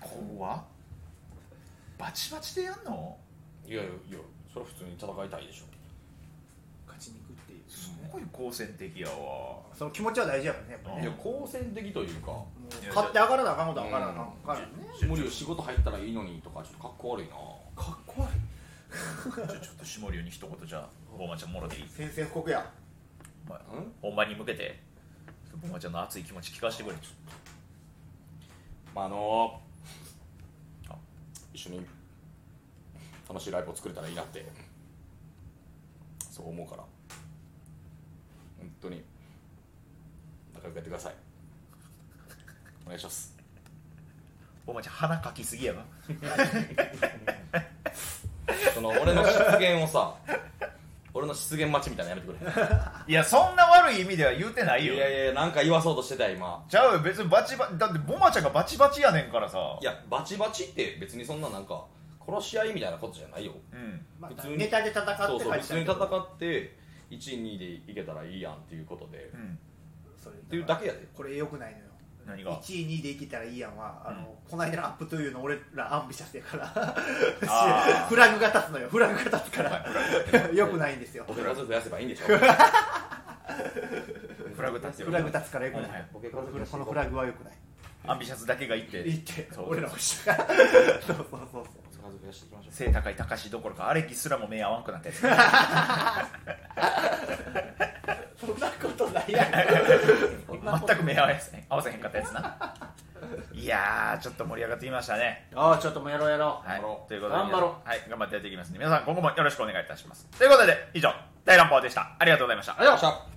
[SPEAKER 1] 怖っバチバチでやんの
[SPEAKER 2] ういやいやいやそれは普通に戦いたいでしょ
[SPEAKER 3] 勝ちに行くっていう
[SPEAKER 1] すごい好戦的やわ
[SPEAKER 3] その気持ちは大事やもんねやっぱ
[SPEAKER 1] うん
[SPEAKER 2] い
[SPEAKER 3] ね
[SPEAKER 2] や好戦的というか
[SPEAKER 3] も
[SPEAKER 1] いうや
[SPEAKER 3] 勝って上がらなあかんことは上がらなあかんからね
[SPEAKER 2] 無理を仕事入ったらいいのにとかちょっとかっこ悪いな
[SPEAKER 3] かっこ悪い
[SPEAKER 1] じゃあちょっと下流に一言じゃあボーマちゃんもろでいい
[SPEAKER 3] 宣戦布告や
[SPEAKER 1] まあ本番に向けてボーマちゃんの熱い気持ち聞かせてくれ
[SPEAKER 2] まああの
[SPEAKER 1] あ
[SPEAKER 2] 一緒に楽しいライブを作れたらいいなってそう思うから本当に仲良くやってくださいお願いします
[SPEAKER 1] ボーマちゃん鼻かきすぎやな
[SPEAKER 2] その俺の失言をさ俺の失言待ちみたいなのやめてく
[SPEAKER 1] いやそんな悪い意味では言うてないよ
[SPEAKER 2] れいやいやなんか言わそうとしてたよ今
[SPEAKER 1] ちゃうよ別にバチバチだってボマちゃんがバチバチやねんからさ
[SPEAKER 2] いやバチバチって別にそんななんか殺し合いみたいなことじゃないよ
[SPEAKER 1] うん
[SPEAKER 3] ま
[SPEAKER 2] 普
[SPEAKER 3] あ
[SPEAKER 2] 通に
[SPEAKER 3] ネタで戦って
[SPEAKER 2] そ
[SPEAKER 3] 書
[SPEAKER 2] う
[SPEAKER 3] い
[SPEAKER 2] そう
[SPEAKER 3] て
[SPEAKER 2] 普通に戦って12でいけたらいいやんっていうことで、
[SPEAKER 1] う
[SPEAKER 2] っ
[SPEAKER 1] ん
[SPEAKER 3] それ
[SPEAKER 2] ていうだけやで
[SPEAKER 3] これよくないのよ
[SPEAKER 1] 何が
[SPEAKER 3] 1位2位でいけたらいいやんはあの、この間のアップというの俺らアンビシャスやから
[SPEAKER 1] あー
[SPEAKER 3] フラグが立つのよフラグが立つ からよくないんですよ
[SPEAKER 2] ボケ数増やせばいいんでしょ
[SPEAKER 1] フラグ立つよ
[SPEAKER 3] フラグ立つからよくない、
[SPEAKER 1] はい
[SPEAKER 2] ボケ
[SPEAKER 3] この
[SPEAKER 2] 数
[SPEAKER 3] このフラグはよくない
[SPEAKER 1] アンビシャスだけが言って
[SPEAKER 3] 言って
[SPEAKER 1] そう
[SPEAKER 3] 俺らも したからそうそうそうそう
[SPEAKER 2] 数増やしていきましょ
[SPEAKER 1] 背高い高しどころかアレキすらも目合わんくなったやつ
[SPEAKER 3] そんなことないやん。
[SPEAKER 1] 全く目合わやすね合わせへんかったやつないやーちょっと盛り上がってきましたね
[SPEAKER 3] ああ、ちょっともうやろうやろう。
[SPEAKER 1] はい
[SPEAKER 2] 頑張ろ、う
[SPEAKER 1] ということで皆さん
[SPEAKER 3] 頑張ろ
[SPEAKER 1] はい、頑張ってやっていきますんで皆さん今後もよろしくお願いいたしますということで以上大乱暴でしたありがとうございました
[SPEAKER 2] うよっしゃ